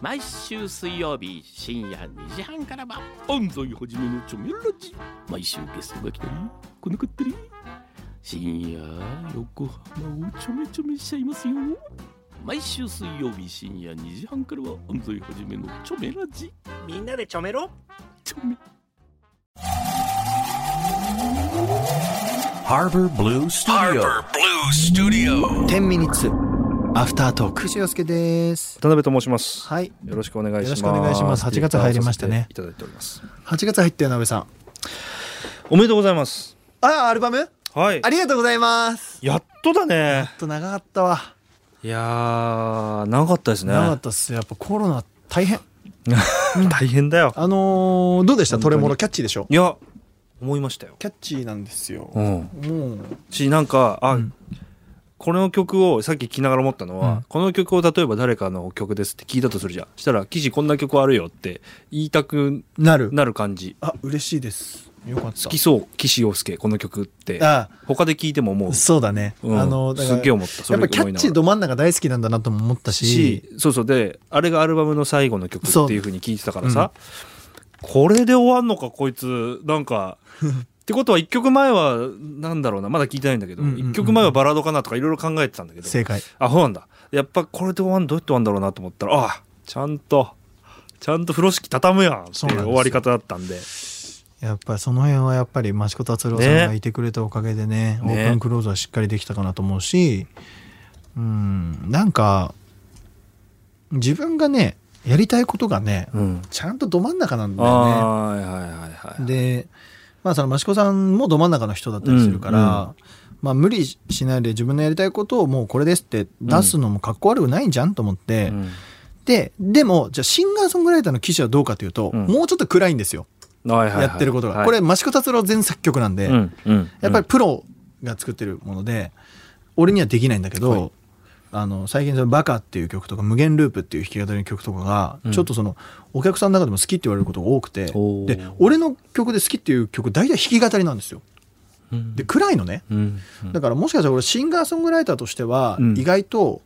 毎週水曜日深夜2時半からは安西はじめのチョメラジ毎週ゲストが来たり来なかったり深夜横浜をちょめちょめしちゃいますよ毎週水曜日深夜2時半からは安西はじめのチョメラジみんなでちょめろチョメ Harbor Blue Studio. 天ミニッツアフタートークしおすけです渡辺と申します。はいよろしくお願いします。よろしくお願いします8月入りましたねいただいております。 8月入ったよなべさんおめでとうございます。あアルバムはいあ。りがとうございますやっとだねちょ。っと長かったわいやー、長かったですね。長かったっすやっぱコロナ大変大変だよ。あのー、どうでした本ト当にレモロキャッチーでしょいや、思いましたよ。キャッチーなんですようん。もうし、なんか、あ、うんこの曲をさっき聞きながら思ったのは、うんこの曲を例えば誰かの曲ですって聞いたとするじゃん。したら、記事こんな曲あるよって言いたくなるなる感じ。あ嬉しいですよかった好きそう、岸洋介、この曲って。あ他で聞いても思う。そうだね、うんあのだからすっげえ思った。そやれっぱキャッチー思いながらど真ん中大好きなんだなとも思ったしし、そうそうであれがアルバムの最後の曲そうっていうふうに聞いてたからさ、これで終わんのかこいつなんか ってことは1曲前はなんだろうなまだ聞いてないんだけど、う一んうんうん1曲前はバラードかなとかいろいろ考えてたんだけど正解あそうなんだやっぱこれで終わんどうやって終わんだろうなと思ったらあちゃんとちゃんと風呂敷畳むやんってそういなんですうよ終わり方だったんでやっぱりその辺はやっぱり益子達郎さんがいてくれたおかげでねオねープンクローズはしっかりできたかなと思うしうんなんか自分がねやりたいことがねうん、ちゃんとど真ん中なんだよあーはいはいはいはいね。でまあその益子さんもど真ん中の人だったりするから、まあ、無理しないで自分のやりたいことをもうこれですって出すのもかっこ悪くないんじゃんと思って、うんででもじゃあシンガーソングライターの記事はどうかというと、うんもうちょっと暗いんですよはいはいはいやってることが、はいこれ益子達郎全作曲なんで、うんうんやっぱりプロが作ってるもので俺にはできないんだけど、あの最近その「バカ」っていう曲とか「無限ループ」っていう弾き語りの曲とかが、うんちょっとそのお客さんの中でも好きって言われることが多くておーで俺の曲で好きっていう曲大体弾き語りなんですよ。うんで暗いのね、うんだからもしかしたら俺シンガーソングライターとしてはうん意外と、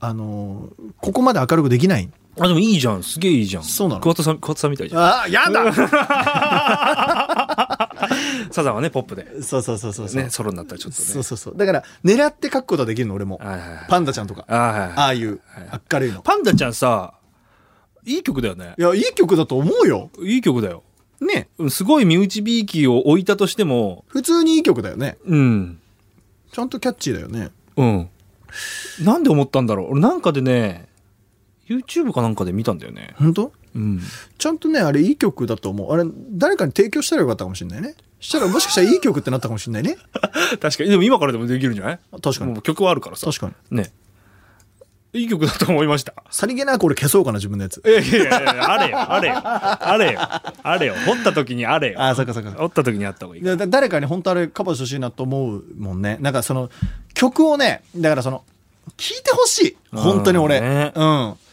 あのーここまで明るくできない。あ、でもいいじゃん。すげえいいじゃん。そうなの桑田さん、桑田さんみたいじゃん。ああやだサザンはね、ポップで。そうそうそうそうそう、ね、ソロになったらちょっとね。そうそうそうだから狙って書くことはできるの俺もはいはいはい。パンダちゃんとかあはいはいああいうはい明るいのパンダちゃんさ、いい曲だよねい。やいい曲だと思うよいい曲だよ。ねうんすごい身内びいきを置いたとしても、普通にいい曲だよねうん。ちゃんとキャッチーだよねうん。なんで思ったんだろう。俺なんかでね、YouTube かなんかで見たんだよね。本当うん。ちゃんとねあれいい曲だと思うあれ誰かに提供したらよかったかもしれないねしたらもしかしたらいい曲ってなったかもしれないね確かに。でも今からでもできるんじゃない確かにもう曲はあるからさ。確かにね。いい曲だと思いました。さりげなく俺消そうかな自分のやついやいやいやいや、あれよ、あれよ、 あれよ、あれよ、掘った時にあれよ。ああそっかそっかそっか掘った時にあった方がいい。だだ誰かに本当あれカバーしてほしいなと思うもんねなんかその曲をねだからその聞いてほしい本当に俺、うんねうん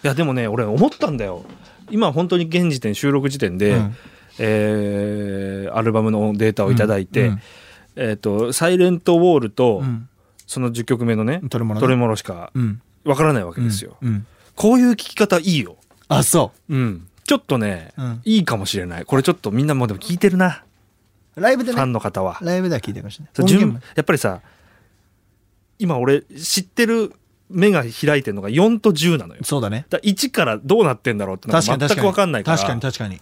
いや、でもね、俺思ったんだよ。今本当に現時点、収録時点で、うんえーアルバムのデータをいただいて、うんうんえっ、と、サイレントウォールと、うんその10曲目のね、トレモロねトレモロしかうんわからないわけですよ、うんこういう聞き方いいよ。あそうん。ちょっとね、うんいいかもしれない。これちょっとみんなもうでも聞いてるな、うライブでファンねの方は。ライブでは聞いてましたねそう音源順やっぱりさ今俺知ってる目が開いてるのが4と10なのよもそうだねだから1からどうなってんだろうってのが確か全に確かくに分かんないから確かに確かに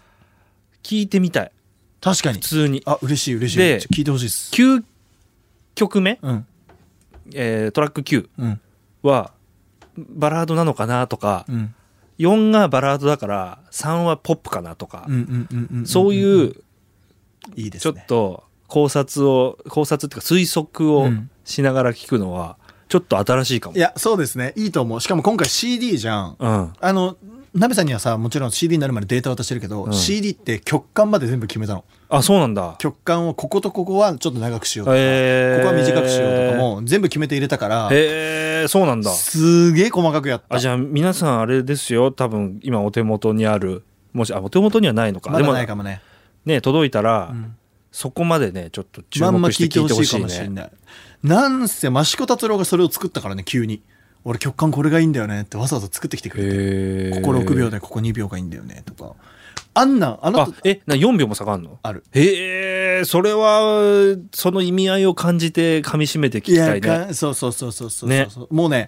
聞いてみたい確かに普通にあ嬉しい嬉しいでちょ聞いてほしいです9曲目、うんえートラック9うんはバラードなのかなとか、うん4がバラードだから3はポップかなとか、うんうんうんうんそういういいですちょねっと考察を考察っていうか推測うをんしながら聞くのはちょっと新しいかもい。やそうですねいいと思うしかも今回 CD じゃんうんあのナベさんにはさもちろん CD になるまでデータ渡してるけど、ん CD って曲間まで全部決めたのあそうなんだ。曲間をこことここはちょっと長くしようとか、えーここは短くしようとかも全部決めて入れたからへえそうなんだすげえ細かくやったあじゃあ皆さんあれですよ多分今お手元にあるもしあお手元にはないのか、までだもないかもねね届いたら、んそこまでねちょっと注まんま目し聞ていて聞ほいてしほいしかいもしれねないなんせ益子達郎がそれを作ったからね急に俺曲感これがいいんだよねってわざわざ作ってきてくれて、へえここ6秒でここ2秒がいいんだよねとかあんなんあなあたえな4秒も下がんのあるへえそれはその意味合いを感じて噛み締めて聞いきたやいねかそうそうそうそうそうそう、ねもうね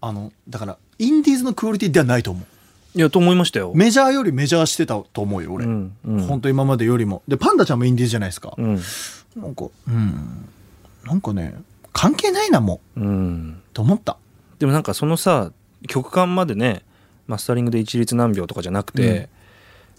あのだからインディーズのクオリティではないと思ういやと思いましたよ、メジャーよりメジャーしてたと思うよ俺、うんうん本当今までよりもでパンダちゃんもインディーズじゃないですか、うんなんかうんなんかね関係ないなもうんうと思ったでもなんかそのさ曲間までねマスタリングで一律何秒とかじゃなくて、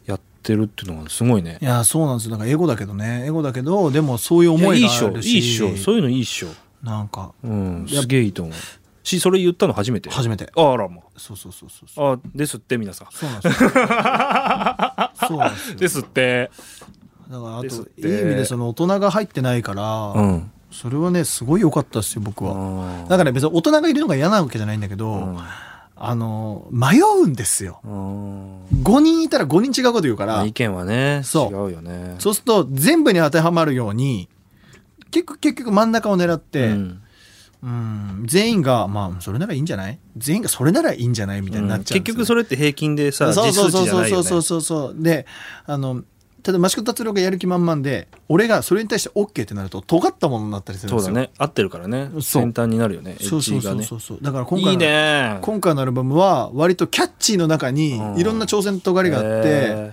やってるっていうのがすごいねいやそうなんですよなんか英語だけどね英語だけどでもそういう思いいやいいがっしあょるいいしっしょそういうのいいっしょなんかうんいやすげえいいと思うしそれ言ったの初めて初めてあらまそうそうそうそうそうあですって皆さんそうなんですよそうなんですよですってだからあとですっいてい意味でその大人が入ってないから、うんそれはねすごい良かったですよ僕はあだから別に大人がいるのが嫌なわけじゃないんだけど、うんあの迷うんですようん5人いたら5人違うこと言うから、まあ意見はね違そううよねそうすると全部に当てはまるように結局結局真ん中を狙って、うんうん全員がまあそれならいいんじゃない全員がそれならいいんじゃないみたいになっちゃう結んですよ、局それって平均でさそう実そう数そ値うじゃそうないよそうねそうそうであのただ益子達郎がやる気満々で俺がそれに対して OK ってなると尖ったものになったりするんそでうすだよね合ってるからねそう先端になるよねエそッうそうジそがうねそうそうだから今回のいいね今回のアルバムは割とキャッチーの中にうんいろんな挑戦と尖りがあって、へ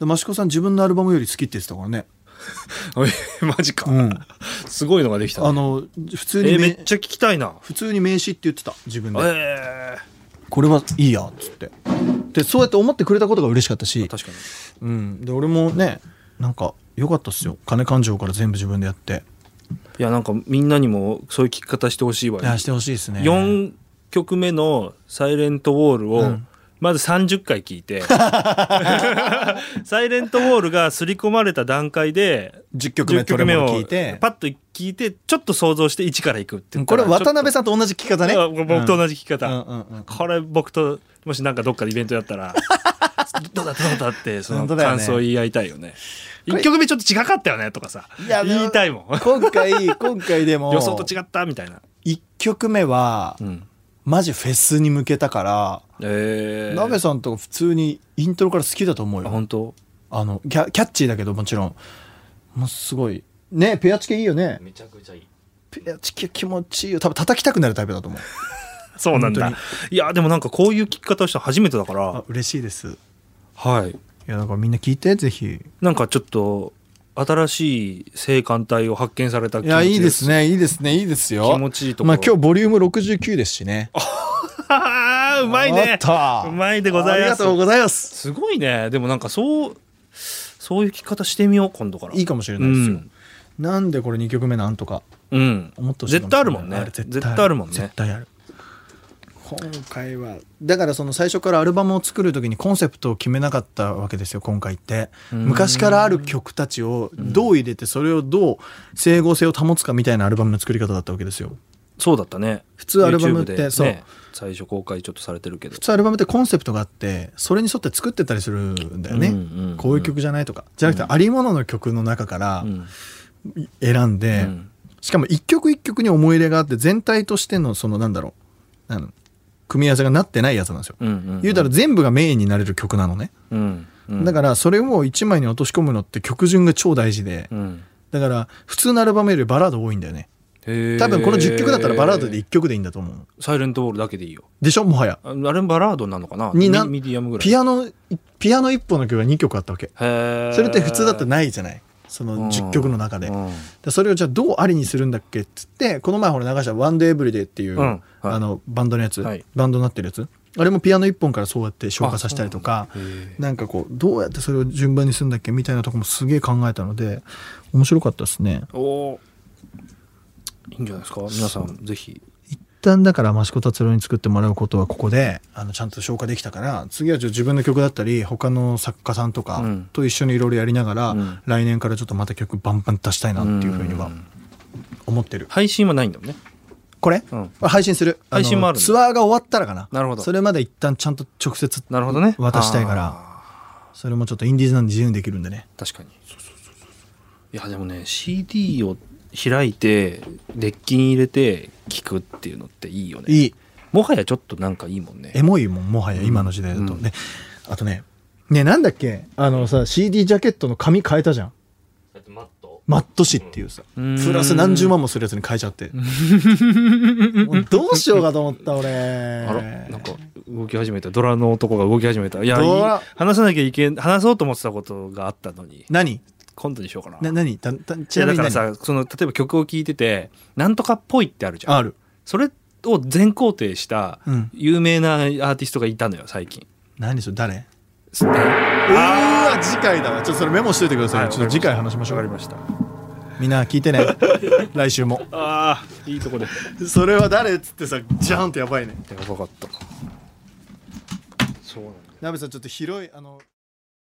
で益子さん自分のアルバムより好きって言ってたからね、ー マジかうん、すごいのができたねあの普え通にーめめ、っちゃ聞きたいな普通に名刺って言ってた自分でえこれはいいやっつってでそうやって思ってくれたことが嬉しかったしー、確かにうん、で俺もねなんか良かったっすよ金勘定から全部自分でやっていやなんかみんなにもそういう聞き方してほしいわいやしてほしいですね4曲目の「サイレントウォール」うをんまず30回聞 いて「サイレントウォール」が刷り込まれた段階で10 10曲目曲取目れをも聞いてパッと聞いてちょっと想像して1からいくってこれ渡辺ささんと同じ聞き方ね僕とじ同じ聞き方、うんうんうんこれ僕ともしなんかどっかでイベントやっ たらどうだったどうだってその本当だよ感ね想言い合いたいよねれ1曲目ちょっと違かったよねとかさいやでも言いたいもん 今 回今回でも予想と違ったみたいな、 1曲目はうんマジフェスに向けたから、えー、鍋さんとか普通にイントロから好きだと思うあよ本当あのキャキャッチーだけどもちろんもうすごいねペアチケいいよねめちゃくちゃいいペアチケ気持ちいいよ多分叩きたくなるタイプだと思うそうなんだ本いやでもなんかこういう聞き方をしたの初めてだからあ嬉しいですいはいやだからみんな聞いてぜひなんかちょっと新しい性感帯を発見されたい気持ちや、いいですね、いいですね、いいですよ。気持ちいいとこまあ、今日ボリューム69ですしね。あ ーうまいおねっとうまいでございますありがとうございます。すごいねでもなんかそうそういう聞き方してみよう今度からいいかもしれないですよ。うんなんでこれ2曲目なんとかうん思ってほしい絶対あるもんねあれ絶対あるもんね絶対ある。今回は、だからその最初からアルバムを作る時にコンセプトを決めなかったわけですよ、今回って。ん昔からある曲たちをどう入れて、それをどう整合性を保つかみたいなアルバムの作り方だったわけですよ。そうだったね普通アルバムってそう最初公開ちょっとされてるけど普通アルバムってコンセプトがあってそれに沿って作ってたりするんだよね、うんうんうんこういう曲じゃないとかじゃなくてありものの曲の中からうん選んで、うんしかも一曲一曲に思い入れがあって全体としてのそのなんだろうあの組み合わせがなってないやつなんですよ、うんうん言うたら全部がメインになれる曲なのね、うんうんだからそれを一枚に落とし込むのって曲順が超大事で、うんだから普通のアルバムよりバラード多いんだよねへー多分この10曲だったらバラードで1曲でいいんだと思うサイレントウォールだけでいいよでしょもはやああれバラードなのかなになミミディアムぐらいピアノピアノ1本の曲が2曲あったわけへーそれって普通だってないじゃないその10曲の中で,、うんでそれをじゃあどうありにするんだっけっつってこの前ほら流した「ワンデーブリデーっていう、うんはいあのバンドのやつ、はいバンドになってるやつあれもピアノ1本からそうやって消化させたりとかそうなんだへなんかこうどうやってそれを順番にするんだっけみたいなとこもすげえ考えたので面白かったですねおおいいんじゃないですか皆さんぜひ一旦だから益子達郎に作ってもらうことはここであのちゃんと消化できたから次はちょっと自分の曲だったり他の作家さんとかうんと一緒にいろいろやりながら、うん来年からちょっとまた曲バンバン出したいなっていうふうにはん思ってる配信はないんだもんねこれ、うん配信するあの配信もあるんだツアーが終わったらかななるほどそれまで一旦ちゃんと直接なるほどね渡したいからあそれもちょっとインディーズなんで自由にできるんでねー確かにいやでもね CD を開いてデッキに入れて聞くっていうのっていいよねいい。もはやちょっとなんかいいもんねエモいもん、もはや今の時代だと。うんね。あとね、ね、なんだっけあのさ、CD ジャケットの紙変えたじゃん。マット紙っていうさ、うんプラス何十万もするやつに変えちゃって。もう どうしようかと思った、俺。あらなんか動き始めたドラの男が動き始めたいやいいドラ話さなきゃいけん話そうと思ってたことがあったのに何今度にしようかなな、何た、た、ちいやなみだにか何らさその例えば曲を聴いててなんとかっぽいってあるじゃんある。それを全肯定したうん有名なアーティストがいたのよ最近、何それ、誰すねうーわ、次回だわ。ちょっとそれメモしといてください。はいちょっと次回話しましょわかりう。ましたみんな聞いて ね。来週も。ああいいとこでやそれは誰っつってさ、ジャーンってやばいね。ばかったそうなんだ鍋さん、ちょっと広い、あの、